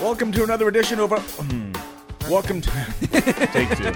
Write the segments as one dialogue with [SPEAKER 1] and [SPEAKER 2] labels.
[SPEAKER 1] Welcome to another edition of. Hmm. Welcome to. Take two.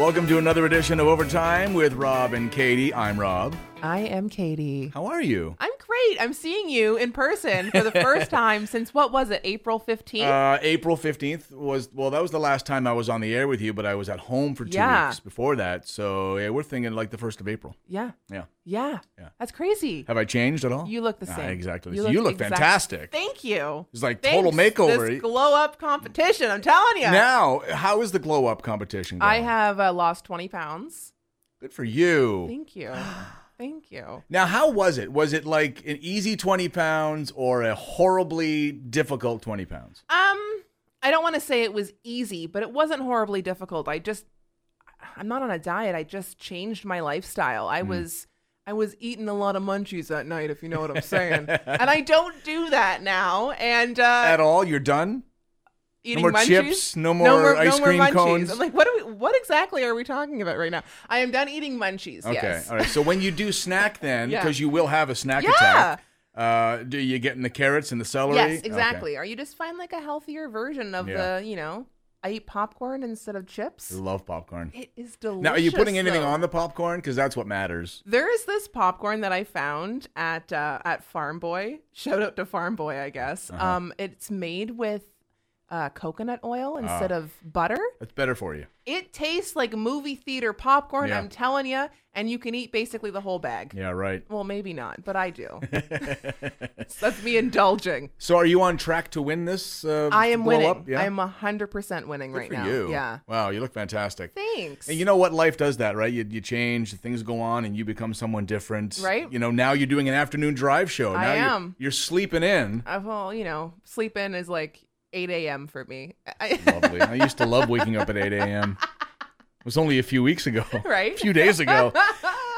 [SPEAKER 1] Welcome to another edition of Overtime with Rob and Katie. I'm Rob.
[SPEAKER 2] I am Katie.
[SPEAKER 1] How are you?
[SPEAKER 2] I'm great. I'm seeing you in person for the first time since what was it, April 15th?
[SPEAKER 1] Uh, April 15th was, well, that was the last time I was on the air with you, but I was at home for two
[SPEAKER 2] Yeah.
[SPEAKER 1] weeks before that. So yeah, we're thinking like the 1st of April.
[SPEAKER 2] yeah.
[SPEAKER 1] Yeah.
[SPEAKER 2] yeah.
[SPEAKER 1] Yeah.
[SPEAKER 2] That's crazy.
[SPEAKER 1] Have I changed at all?
[SPEAKER 2] You look the
[SPEAKER 1] Ah,
[SPEAKER 2] same.
[SPEAKER 1] exactly. You, look
[SPEAKER 2] exact-
[SPEAKER 1] fantastic.
[SPEAKER 2] Thank you.
[SPEAKER 1] It's like
[SPEAKER 2] Thanks,
[SPEAKER 1] total makeover.
[SPEAKER 2] This glow up competition. I'm telling you.
[SPEAKER 1] Now, how is the glow up competition going?
[SPEAKER 2] I have uh, lost 20 pounds.
[SPEAKER 1] Good for you.
[SPEAKER 2] Thank you. Thank you.
[SPEAKER 1] Now, how was it? Was it like an easy 20 pounds or a horribly difficult 20 pounds?
[SPEAKER 2] Um, I don't want to say it was easy, but it wasn't horribly difficult. I just I'm not on a diet. I just changed my lifestyle.
[SPEAKER 1] Hmm.
[SPEAKER 2] I was I was eating a lot of munchies at night, if you know what I'm saying. and I don't do that now. And uh
[SPEAKER 1] At all? You're done?
[SPEAKER 2] eating
[SPEAKER 1] more
[SPEAKER 2] munchies?
[SPEAKER 1] chips, no more ice cream
[SPEAKER 2] munchies.
[SPEAKER 1] cones.
[SPEAKER 2] I'm like, what are we what exactly are we talking about right now? I am done eating munchies.
[SPEAKER 1] Okay.
[SPEAKER 2] Yes.
[SPEAKER 1] All right. So when you do snack then,
[SPEAKER 2] Yeah.
[SPEAKER 1] because you will have a snack attack, uh, do you getting the carrots and the celery?
[SPEAKER 2] Yes,
[SPEAKER 1] Okay.
[SPEAKER 2] exactly. Or you just find like a healthier version of
[SPEAKER 1] Yeah.
[SPEAKER 2] the, you know, I eat popcorn instead of chips.
[SPEAKER 1] I love popcorn.
[SPEAKER 2] It is delicious.
[SPEAKER 1] Now, are you putting anything
[SPEAKER 2] though.
[SPEAKER 1] on the popcorn? Because that's what matters.
[SPEAKER 2] There is this popcorn that I found at uh, at Farm Boy. Shout out to Farm Boy, I guess.
[SPEAKER 1] Uh-huh.
[SPEAKER 2] Um, it's made with uh, coconut
[SPEAKER 1] Ah.
[SPEAKER 2] oil instead of butter.
[SPEAKER 1] That's better for you.
[SPEAKER 2] It tastes like movie theater popcorn.
[SPEAKER 1] Yeah.
[SPEAKER 2] I'm telling you, and you can eat basically the whole bag.
[SPEAKER 1] Yeah, right.
[SPEAKER 2] Well, maybe not, but I do. That's me indulging.
[SPEAKER 1] So are you on track to win this? Uh,
[SPEAKER 2] I am
[SPEAKER 1] blow
[SPEAKER 2] winning.
[SPEAKER 1] Up? Yeah.
[SPEAKER 2] I'm hundred percent winning
[SPEAKER 1] Good
[SPEAKER 2] right
[SPEAKER 1] for
[SPEAKER 2] now.
[SPEAKER 1] you.
[SPEAKER 2] Yeah.
[SPEAKER 1] Wow, you look fantastic.
[SPEAKER 2] Thanks.
[SPEAKER 1] And you know what? Life does that, right? You, you change, things go on, and you become someone different.
[SPEAKER 2] Right.
[SPEAKER 1] You know, now you're doing an afternoon drive show.
[SPEAKER 2] I
[SPEAKER 1] now you're-
[SPEAKER 2] am.
[SPEAKER 1] You're, sleeping in.
[SPEAKER 2] I, Uh, well, you know, sleep in is like 8 a.m. for me. I-
[SPEAKER 1] Lovely. I used to love waking up at 8 a.m. It was only a few weeks ago.
[SPEAKER 2] Right.
[SPEAKER 1] A few days ago.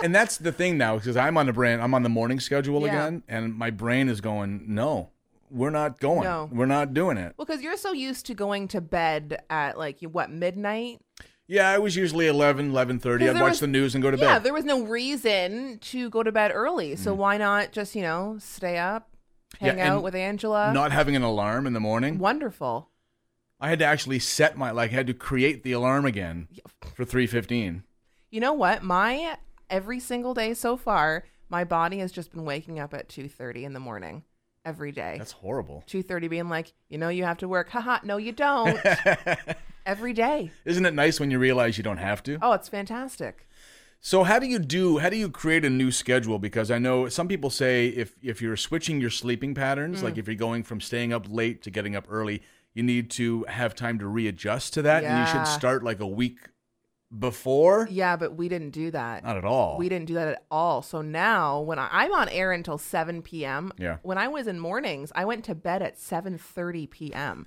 [SPEAKER 1] And that's the thing now, because I'm on the brand, I'm on the morning schedule
[SPEAKER 2] Yeah.
[SPEAKER 1] again, and my brain is going, no, we're not going.
[SPEAKER 2] No.
[SPEAKER 1] We're not doing it.
[SPEAKER 2] Well, because you're so used to going to bed at like you- what midnight.
[SPEAKER 1] Yeah, I was usually 11, 11.30.
[SPEAKER 2] 'Cause
[SPEAKER 1] I'd
[SPEAKER 2] there
[SPEAKER 1] watch
[SPEAKER 2] was-
[SPEAKER 1] the news and go to
[SPEAKER 2] Yeah,
[SPEAKER 1] bed. Mm.
[SPEAKER 2] there was no reason to go to bed early, so why not just you know stay up,
[SPEAKER 1] Yeah,
[SPEAKER 2] hang out
[SPEAKER 1] and
[SPEAKER 2] with Angela?
[SPEAKER 1] Not having an alarm in the morning.
[SPEAKER 2] Wonderful.
[SPEAKER 1] I had to actually set my like I had to create the alarm again for 3:15.
[SPEAKER 2] You know what? My every single day so far, my body has just been waking up at two thirty in the morning every day.
[SPEAKER 1] That's horrible.
[SPEAKER 2] two thirty, being like, you know, you have to work. Haha, no, you don't. every day.
[SPEAKER 1] Isn't it nice when you realize you don't have to?
[SPEAKER 2] Oh, it's fantastic.
[SPEAKER 1] So how do you do how do you create a new schedule because I know some people say if if you're switching your sleeping patterns
[SPEAKER 2] Mm.
[SPEAKER 1] like if you're going from staying up late to getting up early, you need to have time to readjust to that and you
[SPEAKER 2] Yeah.
[SPEAKER 1] should start like a week before?
[SPEAKER 2] Yeah, but we didn't do that.
[SPEAKER 1] Not at all.
[SPEAKER 2] We didn't do that at all. So now, when I, I'm on air until 7 p.m.,
[SPEAKER 1] Yeah.
[SPEAKER 2] when I was in mornings, I went to bed at 7:30 p.m.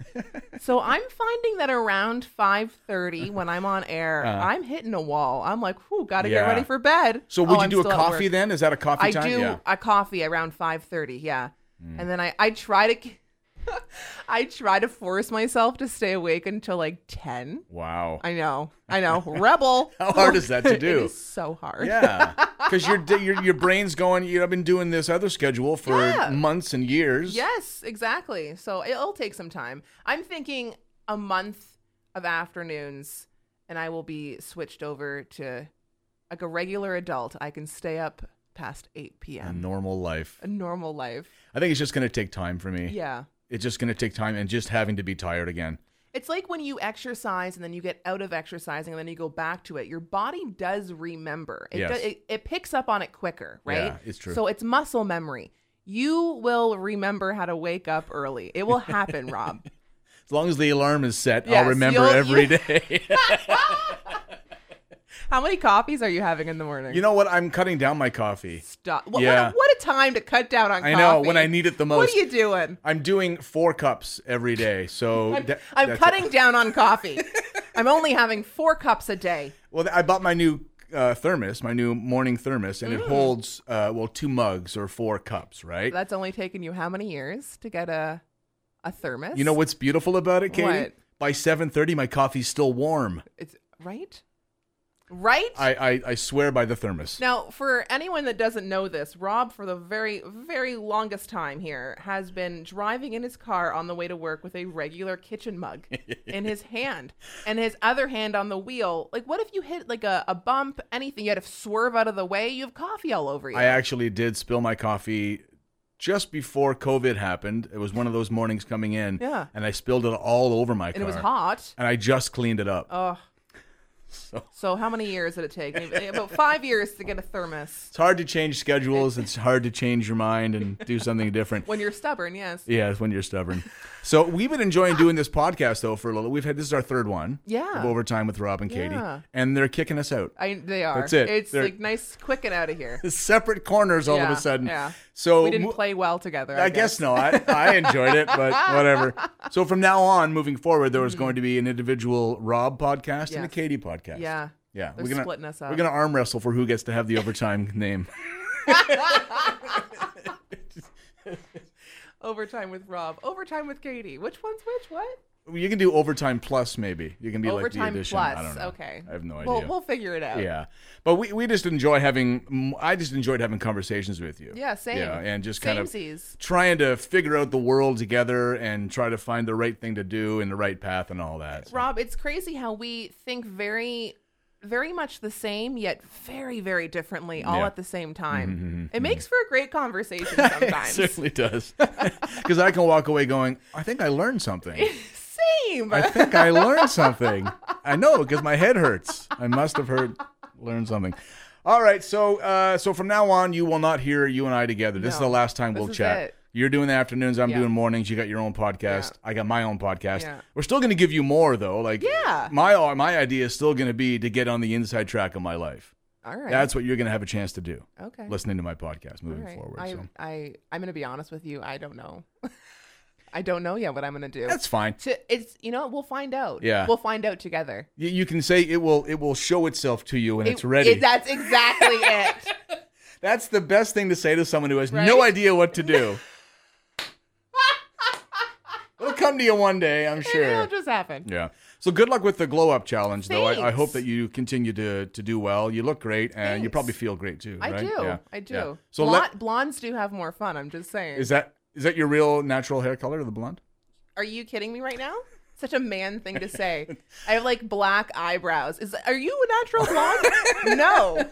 [SPEAKER 2] so I'm finding that around 5:30 when I'm on air, I'm hitting a wall. I'm like, "Whew, got to
[SPEAKER 1] Uh-huh. Yeah.
[SPEAKER 2] get ready for bed."
[SPEAKER 1] so would
[SPEAKER 2] Oh,
[SPEAKER 1] you
[SPEAKER 2] I'm
[SPEAKER 1] do a
[SPEAKER 2] still at
[SPEAKER 1] coffee
[SPEAKER 2] work.
[SPEAKER 1] then? Is that a coffee
[SPEAKER 2] I
[SPEAKER 1] time?
[SPEAKER 2] do
[SPEAKER 1] Yeah. Hmm.
[SPEAKER 2] a coffee around 5:30. Yeah, and then I I try to. I try to force myself to stay awake until like 10.
[SPEAKER 1] Wow.
[SPEAKER 2] I know. I know. Rebel.
[SPEAKER 1] How hard is that to
[SPEAKER 2] It
[SPEAKER 1] do?
[SPEAKER 2] is so hard.
[SPEAKER 1] Yeah, because your your your brain's going. You know, I've been doing this other schedule for
[SPEAKER 2] Yeah.
[SPEAKER 1] months and years.
[SPEAKER 2] Yes, exactly. So it'll take some time. I'm thinking a month of afternoons, and I will be switched over to like a regular adult. I can stay up past 8
[SPEAKER 1] a
[SPEAKER 2] p.m.
[SPEAKER 1] normal life.
[SPEAKER 2] A normal life.
[SPEAKER 1] I think it's just going to take time for me.
[SPEAKER 2] Yeah.
[SPEAKER 1] It's just going to take time, and just having to be tired again.
[SPEAKER 2] It's like when you exercise and then you get out of exercising and then you go back to it. Your body does remember. It,
[SPEAKER 1] Yes.
[SPEAKER 2] does, it, it picks up on it quicker, right?
[SPEAKER 1] Yeah, it's true.
[SPEAKER 2] So it's muscle memory. You will remember how to wake up early. It will happen, Rob.
[SPEAKER 1] As long as the alarm is set,
[SPEAKER 2] Yes,
[SPEAKER 1] I'll remember
[SPEAKER 2] you'll-
[SPEAKER 1] every
[SPEAKER 2] you-
[SPEAKER 1] day.
[SPEAKER 2] How many coffees are you having in the morning?
[SPEAKER 1] you know what? I'm cutting down my coffee.
[SPEAKER 2] Stop. What,
[SPEAKER 1] Yeah.
[SPEAKER 2] what, a, what a time to cut down on
[SPEAKER 1] I
[SPEAKER 2] coffee.
[SPEAKER 1] know when I need it the most.
[SPEAKER 2] What are you doing?
[SPEAKER 1] I'm doing four cups every day. So
[SPEAKER 2] I'm,
[SPEAKER 1] that-
[SPEAKER 2] I'm
[SPEAKER 1] that's-
[SPEAKER 2] cutting down on coffee. I'm only having four cups a day.
[SPEAKER 1] Well, I bought my new uh, thermos, my new morning thermos, and
[SPEAKER 2] Mm.
[SPEAKER 1] it holds uh, well two mugs or four cups, right?
[SPEAKER 2] That's only taken you how many years to get a a thermos?
[SPEAKER 1] You know what's beautiful about it, Katie?
[SPEAKER 2] What?
[SPEAKER 1] By 7:30 my coffee's still warm.
[SPEAKER 2] It's right. Right?
[SPEAKER 1] I, I, I swear by the thermos.
[SPEAKER 2] Now, for anyone that doesn't know this, Rob, for the very, very longest time here, has been driving in his car on the way to work with a regular kitchen mug in his hand and his other hand on the wheel. Like, what if you hit like a, a bump, anything? You had to swerve out of the way. You have coffee all over you.
[SPEAKER 1] I actually did spill my coffee just before COVID happened. It was one of those mornings coming in,
[SPEAKER 2] Yeah.
[SPEAKER 1] and I spilled it all over my
[SPEAKER 2] and it
[SPEAKER 1] car.
[SPEAKER 2] was hot.
[SPEAKER 1] And I just cleaned it up.
[SPEAKER 2] Oh.
[SPEAKER 1] So-
[SPEAKER 2] So, how many years did it take? Maybe- About five years to get a thermos.
[SPEAKER 1] It's hard to change schedules. It's hard to change your mind and do something different.
[SPEAKER 2] When you're stubborn, yes.
[SPEAKER 1] Yeah, it's when you're stubborn. So we've been enjoying doing this podcast though for a little. We've had this is our third one.
[SPEAKER 2] Yeah.
[SPEAKER 1] Of overtime with Rob and Katie,
[SPEAKER 2] Yeah.
[SPEAKER 1] and they're kicking us out.
[SPEAKER 2] I, they are.
[SPEAKER 1] That's it.
[SPEAKER 2] It's
[SPEAKER 1] They're-
[SPEAKER 2] like nice, quick, and out of here.
[SPEAKER 1] Separate corners all of
[SPEAKER 2] Yeah,
[SPEAKER 1] a sudden.
[SPEAKER 2] yeah.
[SPEAKER 1] So
[SPEAKER 2] We didn't
[SPEAKER 1] mo-
[SPEAKER 2] play well together. I,
[SPEAKER 1] I guess no. I, I enjoyed it, but whatever. So from now on, moving forward, there was going to be an individual Rob podcast and a
[SPEAKER 2] Mm-hmm. Yes.
[SPEAKER 1] Katie podcast.
[SPEAKER 2] Yeah.
[SPEAKER 1] Yeah.
[SPEAKER 2] They're
[SPEAKER 1] we're gonna
[SPEAKER 2] splitting us up.
[SPEAKER 1] we're gonna arm wrestle for who gets to have the overtime name.
[SPEAKER 2] Overtime with Rob. Overtime with Katie. Which one's which? What?
[SPEAKER 1] You can do overtime plus maybe. You can be like
[SPEAKER 2] Overtime
[SPEAKER 1] the addition.
[SPEAKER 2] plus.
[SPEAKER 1] I don't know.
[SPEAKER 2] Okay.
[SPEAKER 1] I have no idea.
[SPEAKER 2] We'll, we'll figure it out.
[SPEAKER 1] Yeah, but we, we just enjoy having. I just enjoyed having conversations with you.
[SPEAKER 2] Yeah, same.
[SPEAKER 1] Yeah, and just kind of
[SPEAKER 2] Samesies.
[SPEAKER 1] trying to figure out the world together and try to find the right thing to do and the right path and all that.
[SPEAKER 2] Rob, it's crazy how we think very, very much the same, yet very, very differently all
[SPEAKER 1] Yeah.
[SPEAKER 2] at the same time. It makes for a great conversation sometimes.
[SPEAKER 1] It certainly does, because I can walk away going, I think I learned something.
[SPEAKER 2] same.
[SPEAKER 1] I think I learned something. I know because my head hurts. I must have heard learned something. All right, so uh, so from now on, you will not hear you and I together. This is
[SPEAKER 2] No.
[SPEAKER 1] the last time
[SPEAKER 2] This
[SPEAKER 1] we'll
[SPEAKER 2] is
[SPEAKER 1] chat.
[SPEAKER 2] it.
[SPEAKER 1] You're doing the afternoons. I'm
[SPEAKER 2] Yeah.
[SPEAKER 1] doing mornings. You got your own podcast.
[SPEAKER 2] Yeah.
[SPEAKER 1] I got my own podcast.
[SPEAKER 2] Yeah.
[SPEAKER 1] We're still going to give you more though. Like
[SPEAKER 2] Yeah.
[SPEAKER 1] my my idea is still going to be to get on the inside track of my life.
[SPEAKER 2] all right.
[SPEAKER 1] That's what you're going to have a chance to do.
[SPEAKER 2] okay.
[SPEAKER 1] Listening to my podcast
[SPEAKER 2] All
[SPEAKER 1] moving
[SPEAKER 2] right.
[SPEAKER 1] forward.
[SPEAKER 2] I,
[SPEAKER 1] so
[SPEAKER 2] I, I'm going to be honest with you. I don't know. I don't know yet what I'm going to do.
[SPEAKER 1] that's fine.
[SPEAKER 2] to, it's you know what? we'll find out.
[SPEAKER 1] Yeah.
[SPEAKER 2] we'll find out together.
[SPEAKER 1] You, you can say it will it will show itself to you when
[SPEAKER 2] It-
[SPEAKER 1] it's ready.
[SPEAKER 2] it- that's exactly it.
[SPEAKER 1] That's the best thing to say to someone who has no
[SPEAKER 2] Right?
[SPEAKER 1] idea what to do. It'll come to you one day, I'm
[SPEAKER 2] It'll
[SPEAKER 1] sure.
[SPEAKER 2] just happen.
[SPEAKER 1] Yeah. So good luck with the glow up challenge, though. I, I hope
[SPEAKER 2] Thanks.
[SPEAKER 1] that you continue to to do well. You look great, and you
[SPEAKER 2] Thanks.
[SPEAKER 1] probably feel great too.
[SPEAKER 2] I
[SPEAKER 1] right?
[SPEAKER 2] do.
[SPEAKER 1] Yeah.
[SPEAKER 2] I do.
[SPEAKER 1] Yeah. So
[SPEAKER 2] Blon-
[SPEAKER 1] let,
[SPEAKER 2] blondes do have more fun. I'm just saying.
[SPEAKER 1] is that is that your real natural hair color, the blonde?
[SPEAKER 2] Are you kidding me right now? Such a man thing to say. I have like black eyebrows. Is are you a natural blonde? no,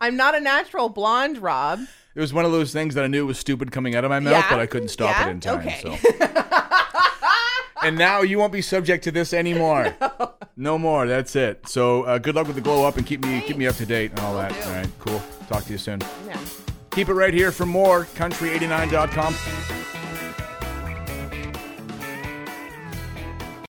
[SPEAKER 2] I'm not a natural blonde, Rob.
[SPEAKER 1] It was one of those things that I knew was stupid coming out of my mouth,
[SPEAKER 2] Yeah.
[SPEAKER 1] but I couldn't stop
[SPEAKER 2] Yeah.
[SPEAKER 1] it in time.
[SPEAKER 2] Okay.
[SPEAKER 1] So. and now you won't be subject to this anymore. No, more. That's it. So uh, good luck with the glow up and keep me keep me up to date and all that.
[SPEAKER 2] do.
[SPEAKER 1] All right. Cool. Talk to you soon.
[SPEAKER 2] Yeah.
[SPEAKER 1] Keep it right here for more country89.com.